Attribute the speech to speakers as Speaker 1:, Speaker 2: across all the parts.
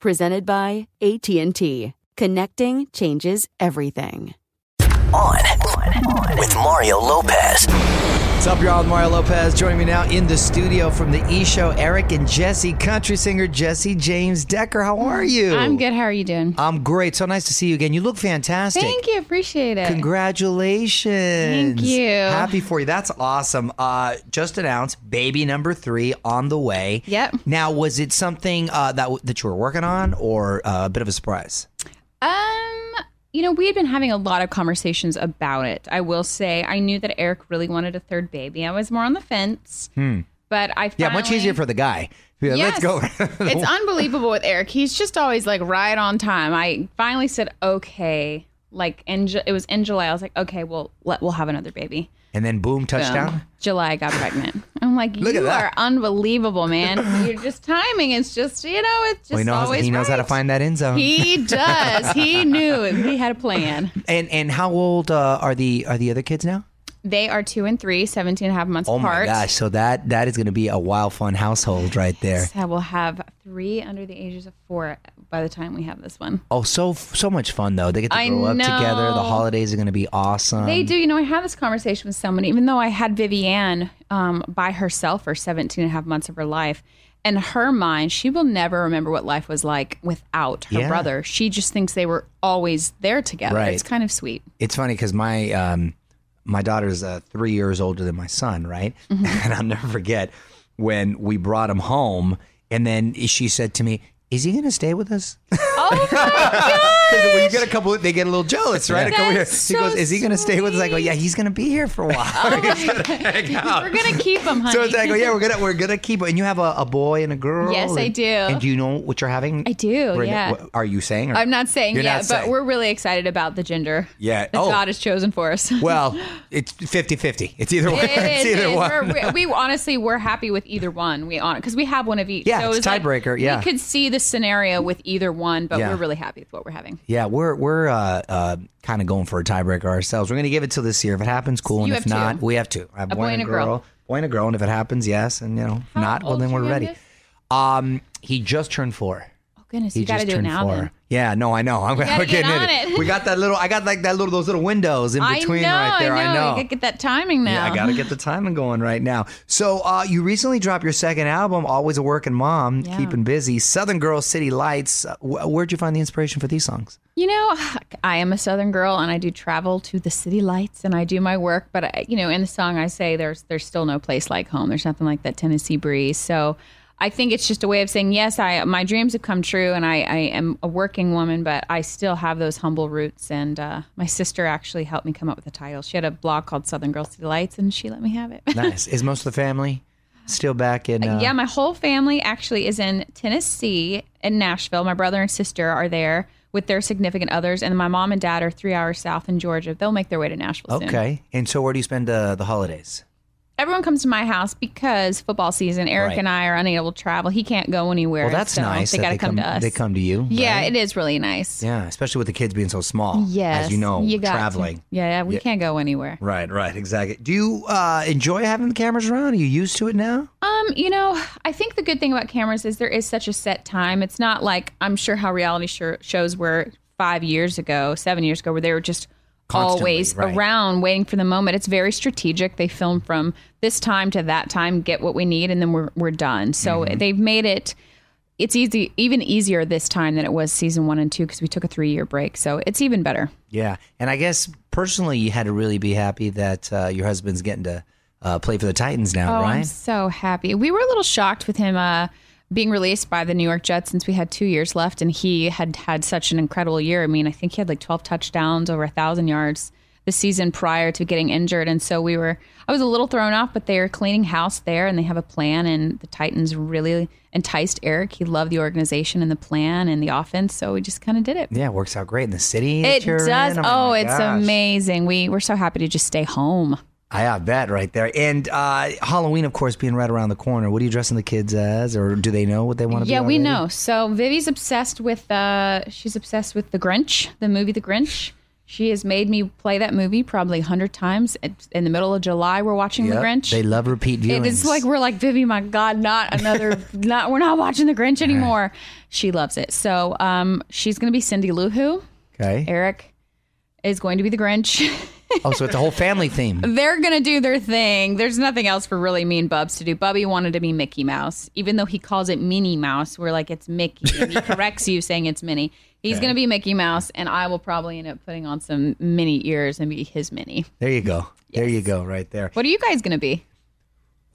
Speaker 1: presented by AT&T. Connecting changes everything.
Speaker 2: On, on with Mario Lopez.
Speaker 3: What's up, y'all? Mario Lopez joining me now in the studio from the E Show. Eric and Jesse, country singer Jesse James Decker. How are you?
Speaker 4: I'm good. How are you doing?
Speaker 3: I'm great. So nice to see you again. You look fantastic.
Speaker 4: Thank you. Appreciate it.
Speaker 3: Congratulations.
Speaker 4: Thank you.
Speaker 3: Happy for you. That's awesome. Uh, just announced baby number three on the way.
Speaker 4: Yep.
Speaker 3: Now, was it something uh, that w- that you were working on, or uh, a bit of a surprise?
Speaker 4: Um, you know, we had been having a lot of conversations about it. I will say, I knew that Eric really wanted a third baby. I was more on the fence, but I finally,
Speaker 3: Hmm. Yeah, much easier for the guy. Yeah,
Speaker 4: Yes.
Speaker 3: Let's go.
Speaker 4: it's unbelievable with Eric. He's just always like right on time. I finally said okay, like in Ju- it was in July. I was like, okay, well, let we'll have another baby.
Speaker 3: and then boom, touchdown.
Speaker 4: Boom. July I got pregnant. I'm like,
Speaker 3: Look at
Speaker 4: you
Speaker 3: that.
Speaker 4: are unbelievable, man. You're just timing. It's just you know, it's just
Speaker 3: We know how-
Speaker 4: always
Speaker 3: he knows how to
Speaker 4: right.
Speaker 3: find that end zone.
Speaker 4: He does. he knew. it. He had a plan.
Speaker 3: and and how old uh, are the are the other kids now?
Speaker 4: They are two and three, 17 and a half months
Speaker 3: Oh my
Speaker 4: apart.
Speaker 3: gosh! So that that is going to be a wild, fun household right there.
Speaker 4: So we'll have three under the ages of four by the time we have this one.
Speaker 3: Oh, so so much fun though. They get to
Speaker 4: I
Speaker 3: grow up together. The
Speaker 4: know.
Speaker 3: holidays are going to be awesome.
Speaker 4: They do. You know, I had this conversation with someone, even though I had Viviane um, by herself for 17 and a half months of her life. In her mind, she will never remember what life was like without her
Speaker 3: Yeah.
Speaker 4: brother. She just thinks they were always there together.
Speaker 3: Right.
Speaker 4: It's kind of sweet.
Speaker 3: It's funny because my um, my daughter's uh, three years older than my son, right?
Speaker 4: Mm-hmm.
Speaker 3: And I'll never forget when we brought him home, and then she said to me, "Is he going to stay with us?"
Speaker 4: Oh
Speaker 3: Because when you get a couple, they get a little jealous, right?
Speaker 4: That's
Speaker 3: I go here.
Speaker 4: so
Speaker 3: he goes, "Is he going to stay with us?" I go, "Yeah, he's going to be here for a while."
Speaker 4: We're going to keep them, honey.
Speaker 3: So it's like, oh, yeah, we're gonna we're gonna keep. And you have a, a boy and a girl.
Speaker 4: Yes, I
Speaker 3: and-
Speaker 4: do.
Speaker 3: And do you know what you're having?
Speaker 4: I do,
Speaker 3: Brenda?
Speaker 4: yeah.
Speaker 3: What are you saying? or-
Speaker 4: I'm not saying
Speaker 3: You're
Speaker 4: yet,
Speaker 3: not saying.
Speaker 4: but we're really excited about the gender
Speaker 3: Yeah.
Speaker 4: that
Speaker 3: Oh.
Speaker 4: God has chosen for us.
Speaker 3: Well, it's 50-50. It's either one.
Speaker 4: It
Speaker 3: it's
Speaker 4: is, it
Speaker 3: either
Speaker 4: is.
Speaker 3: one.
Speaker 4: We're- we we honestly we're happy with either one. We on because we have one of each.
Speaker 3: Yeah,
Speaker 4: so
Speaker 3: it's
Speaker 4: it was like,
Speaker 3: tiebreaker, yeah.
Speaker 4: we could see the scenario with either one, but
Speaker 3: Yeah.
Speaker 4: we're really happy with what we're having.
Speaker 3: Yeah, we're we're uh, uh, kind of going for a tiebreaker ourselves. We're gonna give it till this year. If it happens, cool. and
Speaker 4: You
Speaker 3: if
Speaker 4: have two.
Speaker 3: not, we have two. I have
Speaker 4: A boy and a girl.
Speaker 3: Boy and a girl. And if it happens, yes. And you know,
Speaker 4: How
Speaker 3: not well,
Speaker 4: old's
Speaker 3: then
Speaker 4: your
Speaker 3: we're ready.
Speaker 4: youngest?
Speaker 3: Um, he just turned four.
Speaker 4: Oh goodness,
Speaker 3: He
Speaker 4: you got
Speaker 3: just
Speaker 4: to do it
Speaker 3: turned
Speaker 4: now.
Speaker 3: four.
Speaker 4: Then.
Speaker 3: Yeah, no, I know. I'm
Speaker 4: gotta
Speaker 3: we're getting
Speaker 4: get
Speaker 3: in
Speaker 4: on
Speaker 3: it.
Speaker 4: it.
Speaker 3: We got that little. I got like that little those little windows in
Speaker 4: I know,
Speaker 3: between right there.
Speaker 4: I know.
Speaker 3: I know.
Speaker 4: You gotta get that timing now.
Speaker 3: Yeah, I got to get the timing going right now. So, uh, you recently dropped your second album, Always a Working Mom,
Speaker 4: Yeah.
Speaker 3: Keeping Busy, Southern Girl, City Lights. Uh, wh- where'd you find the inspiration for these songs?
Speaker 4: You know, I am a Southern girl, and I do travel to the city lights, and I do my work. But I, you know, in the song, I say there's there's still no place like home. There's nothing like that Tennessee breeze. So I think it's just a way of saying yes. I my dreams have come true, and I, I am a working woman, but I still have those humble roots. And uh, my sister actually helped me come up with the title. She had a blog called Southern Girls to Delights, and she let me have it.
Speaker 3: Nice. Is most of the family still back in? Uh,
Speaker 4: Yeah, my whole family actually is in Tennessee in Nashville. My brother and sister are there with their significant others, and my mom and dad are three hours south in Georgia. They'll make their way to Nashville soon.
Speaker 3: Okay. And so, where do you spend uh, the holidays?
Speaker 4: Everyone comes to my house because football season. Eric
Speaker 3: Right.
Speaker 4: and I are unable to travel. He can't go anywhere.
Speaker 3: Well, that's
Speaker 4: so
Speaker 3: nice.
Speaker 4: They
Speaker 3: that
Speaker 4: got to come, to us.
Speaker 3: They come to you.
Speaker 4: Yeah,
Speaker 3: right?
Speaker 4: it is really nice.
Speaker 3: Yeah, especially with the kids being so small.
Speaker 4: Yes,
Speaker 3: As you know,
Speaker 4: got to.
Speaker 3: traveling.
Speaker 4: Yeah, yeah, we can't go anywhere.
Speaker 3: Right, right, exactly. Do you uh, enjoy having the cameras around? Are you used to it now?
Speaker 4: Um, you know, I think the good thing about cameras is there is such a set time. It's not like I'm sure how reality sho- shows were five years ago, seven years ago, where they were just
Speaker 3: Constantly,
Speaker 4: always
Speaker 3: right.
Speaker 4: around waiting for the moment. It's very strategic. They film from this time to that time, get what we need, and then we're, we're done. So
Speaker 3: Mm-hmm.
Speaker 4: they've made it. It's easy, even easier this time than it was season one and two because we took a three year break. So it's even better.
Speaker 3: Yeah, and I guess personally, you had to really be happy that uh, your husband's getting to uh, play for the Titans now,
Speaker 4: Oh,
Speaker 3: right?
Speaker 4: I'm so happy. We were a little shocked with him uh, being released by the New York Jets since we had two years left, and he had had such an incredible year. I mean, I think he had like 12 touchdowns, over a thousand yards the season prior to getting injured, and so we were. I was a little thrown off, but they are cleaning house there, and they have a plan. And the Titans really enticed Eric. He loved the organization and the plan and the offense, so we just kind of did it.
Speaker 3: yeah, it works out great in the city. that
Speaker 4: It
Speaker 3: you're
Speaker 4: does.
Speaker 3: in.
Speaker 4: Oh,
Speaker 3: my
Speaker 4: it's
Speaker 3: gosh.
Speaker 4: amazing. We we're so happy to just stay home.
Speaker 3: I have that right there. And uh, Halloween, of course, being right around the corner. What are you dressing the kids as, or do they know what they want to
Speaker 4: yeah,
Speaker 3: be?
Speaker 4: we
Speaker 3: already?
Speaker 4: know. So Vivi's obsessed with uh she's obsessed with The Grinch, the movie The Grinch. She has made me play that movie probably a hundred times. It's in the middle of July, we're watching
Speaker 3: Yep.
Speaker 4: The Grinch.
Speaker 3: They love repeat viewings.
Speaker 4: it is like we're like Vivi, my God, not another, not we're not watching The Grinch anymore. She loves it. So um, she's gonna be Cindy Lou Who.
Speaker 3: okay.
Speaker 4: Eric is going to be the Grinch.
Speaker 3: Oh, so it's a whole family theme.
Speaker 4: They're gonna do their thing. There's nothing else for really mean Bubs to do. Bubby wanted to be Mickey Mouse, even though he calls it Minnie Mouse. We're like, it's Mickey. And he corrects you saying it's Minnie. He's gonna be Mickey Mouse, and I will probably end up putting on some mini ears and be his Minnie.
Speaker 3: There you go. There you go. Right there.
Speaker 4: What are you guys gonna be?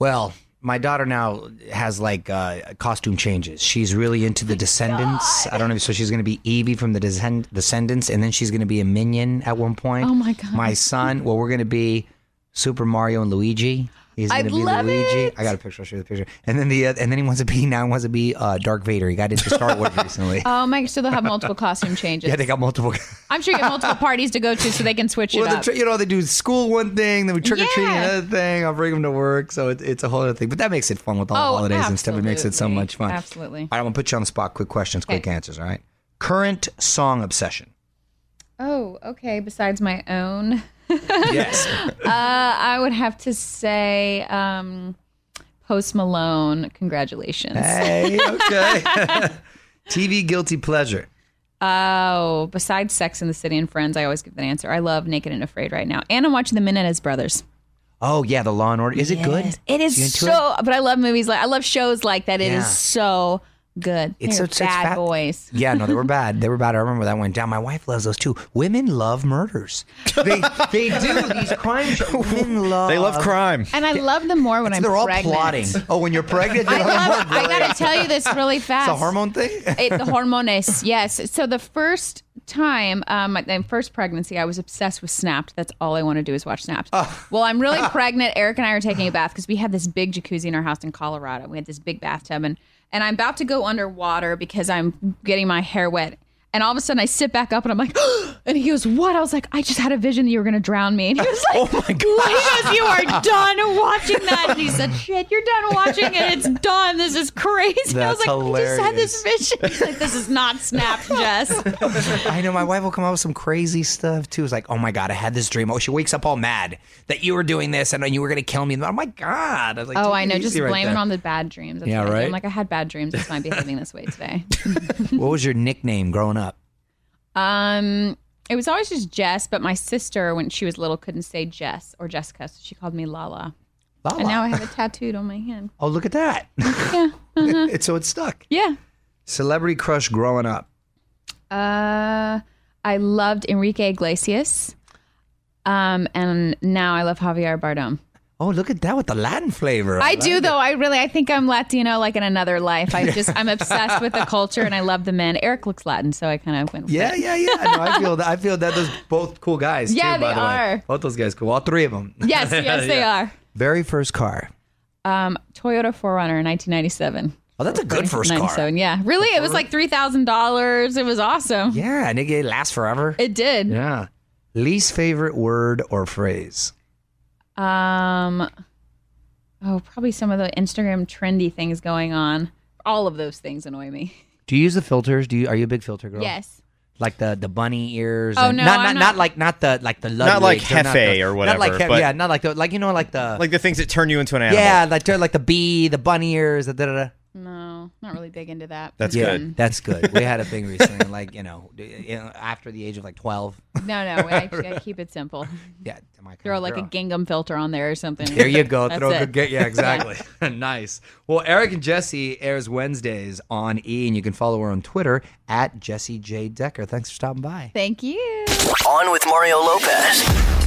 Speaker 3: Well, my daughter now has like uh, costume changes. She's really into the Descendants. I don't know. So she's going to be Evie from the Descend- Descendants, and then she's going to be a minion at one point.
Speaker 4: Oh, my God.
Speaker 3: My son. Well, we're going to be Super Mario and Luigi. He's
Speaker 4: I
Speaker 3: going to be
Speaker 4: love
Speaker 3: Luigi.
Speaker 4: it.
Speaker 3: I got a picture. I'll show you the picture. And then the uh, and then he wants to be now he wants to be uh, Dark Vader. He got into Star Wars recently.
Speaker 4: Oh my! So they'll have multiple costume changes.
Speaker 3: Yeah, they got multiple.
Speaker 4: I'm sure you have multiple parties to go to, so they can switch it
Speaker 3: Well, the
Speaker 4: up.
Speaker 3: tri- you know, they do school one thing, then we trick or treating
Speaker 4: Yeah.
Speaker 3: another thing. I'll bring them to work, so it, it's a whole other thing. But that makes it fun with all
Speaker 4: Oh,
Speaker 3: the holidays and stuff. It makes it so
Speaker 4: absolutely.
Speaker 3: much fun.
Speaker 4: Absolutely.
Speaker 3: All right, I'm gonna put you on the spot. Quick questions, quick
Speaker 4: Okay.
Speaker 3: answers. All right. Current song obsession.
Speaker 4: oh, okay. Besides my own.
Speaker 3: yes.
Speaker 4: Uh, I would have to say um, Post Malone. Congratulations.
Speaker 3: Hey. Okay. TV guilty pleasure.
Speaker 4: Oh, besides Sex in the City and Friends, I always give that answer. I love Naked and Afraid right now, and I'm watching The Menendez Brothers.
Speaker 3: Oh yeah, the Law and Order. Is it good?
Speaker 4: It
Speaker 3: You
Speaker 4: is
Speaker 3: into
Speaker 4: so. But I love movies like I love shows like that. It
Speaker 3: Yeah.
Speaker 4: is so good.
Speaker 3: It's so- so
Speaker 4: They're
Speaker 3: it's
Speaker 4: bad
Speaker 3: fa-
Speaker 4: boys.
Speaker 3: Yeah, no, they were bad. They were bad. I remember that went down. My wife loves those too. Women love murders. They they do these crime shows. Women love.
Speaker 5: They love crime.
Speaker 4: And I love them more when I'm
Speaker 3: They're all
Speaker 4: pregnant.
Speaker 3: plotting. Oh, when you're pregnant,
Speaker 4: I
Speaker 3: they're all
Speaker 4: love. I gotta tell you this really fast.
Speaker 3: It's a hormone thing?
Speaker 4: it, the hormones, yes. So the first time, um, my first pregnancy, I was obsessed with Snapped. That's all I want to do is watch Snapped. Well, I'm really pregnant. Eric and I are taking a bath because we had this big jacuzzi in our house in Colorado. We had this big bathtub, and and I'm about to go underwater because I'm getting my hair wet. And all of a sudden, I sit back up and I'm like, and he goes, What? I was like, I just had a vision that you were going to drown me. And he was like, Oh my God. He goes, You are done watching that. And he said, Shit, you're done watching it. It's done. This is crazy. I was
Speaker 3: That's
Speaker 4: like, I just had this vision. He's like, This is not Snap, Jess.
Speaker 3: I know my wife will come up with some crazy stuff too. It's like, oh my god, I had this dream. Oh, she wakes up all mad that you were doing this and you were gonna kill me. Oh my god. I was like,
Speaker 4: Oh,
Speaker 3: take
Speaker 4: I know.
Speaker 3: easy
Speaker 4: Just
Speaker 3: right
Speaker 4: blame it
Speaker 3: there.
Speaker 4: on the bad dreams. That's
Speaker 3: Yeah,
Speaker 4: what I do.
Speaker 3: right?
Speaker 4: I'm like, I had bad dreams. That's why I'm behaving this way today.
Speaker 3: What was your nickname growing up?
Speaker 4: Um, it was always just Jess, but my sister, when she was little, couldn't say Jess or Jessica, so she called me Lala.
Speaker 3: Lala.
Speaker 4: And now I have it tattooed on my hand.
Speaker 3: oh, look at that.
Speaker 4: uh-huh.
Speaker 3: It's so it's stuck.
Speaker 4: Yeah.
Speaker 3: Celebrity crush growing up.
Speaker 4: Uh, I loved Enrique Iglesias. Um, and now I love Javier Bardem.
Speaker 3: Oh, look at that with the Latin flavor.
Speaker 4: I
Speaker 3: like
Speaker 4: do
Speaker 3: it.
Speaker 4: though. I really, I think I'm Latino, like in another life. I just, I'm obsessed with the culture, and I love the men. Eric looks Latin, so I kind of went. With
Speaker 3: Yeah,
Speaker 4: it.
Speaker 3: yeah, yeah. No, I feel that. I feel that. Those both cool guys.
Speaker 4: Yeah,
Speaker 3: too, by
Speaker 4: they
Speaker 3: the way.
Speaker 4: are.
Speaker 3: Both those guys cool. All three of them.
Speaker 4: Yes, yes, they are.
Speaker 3: Very first car.
Speaker 4: Um, Toyota 4Runner, 1997.
Speaker 3: Oh, that's a good first car.
Speaker 4: 97, yeah. Really, it was like three thousand dollars. It was awesome.
Speaker 3: Yeah, and it lasts forever.
Speaker 4: It did.
Speaker 3: yeah. Least favorite word or phrase.
Speaker 4: Um, oh, probably some of the Instagram trendy things going on. All of those things annoy me.
Speaker 3: Do you use the filters? Do you are you a big filter girl?
Speaker 4: Yes.
Speaker 3: Like the the bunny ears.
Speaker 4: Oh,
Speaker 3: and-
Speaker 4: no,
Speaker 3: not
Speaker 4: I'm
Speaker 3: not,
Speaker 4: not-
Speaker 3: not like not the like the
Speaker 5: Not like
Speaker 3: Ludwigs not
Speaker 5: Hefe
Speaker 3: the-
Speaker 5: or
Speaker 3: Not like
Speaker 5: whatever,
Speaker 3: Hefe,
Speaker 5: but-
Speaker 3: yeah, not like the like you know like the
Speaker 5: Like the things that turn you into an animal.
Speaker 3: yeah like they're like the bee, the bunny ears, the da da da.
Speaker 4: No, not really big into that.
Speaker 5: That's
Speaker 3: yeah,
Speaker 5: good.
Speaker 3: that's good. We had a thing recently, like you know, d- you know, after the age of like twelve.
Speaker 4: No, no, I, I keep it simple.
Speaker 3: Yeah, my kind
Speaker 4: Throw
Speaker 3: of
Speaker 4: like a
Speaker 3: girl.
Speaker 4: gingham filter on there or something.
Speaker 3: There you go.
Speaker 4: That's
Speaker 3: Throw a
Speaker 4: it.
Speaker 3: good get. Yeah, exactly. nice. Well, Eric and Jesse airs Wednesdays on E, and you can follow her on Twitter at Jesse J Decker. Thanks for stopping by.
Speaker 4: Thank you.
Speaker 2: On with Mario Lopez.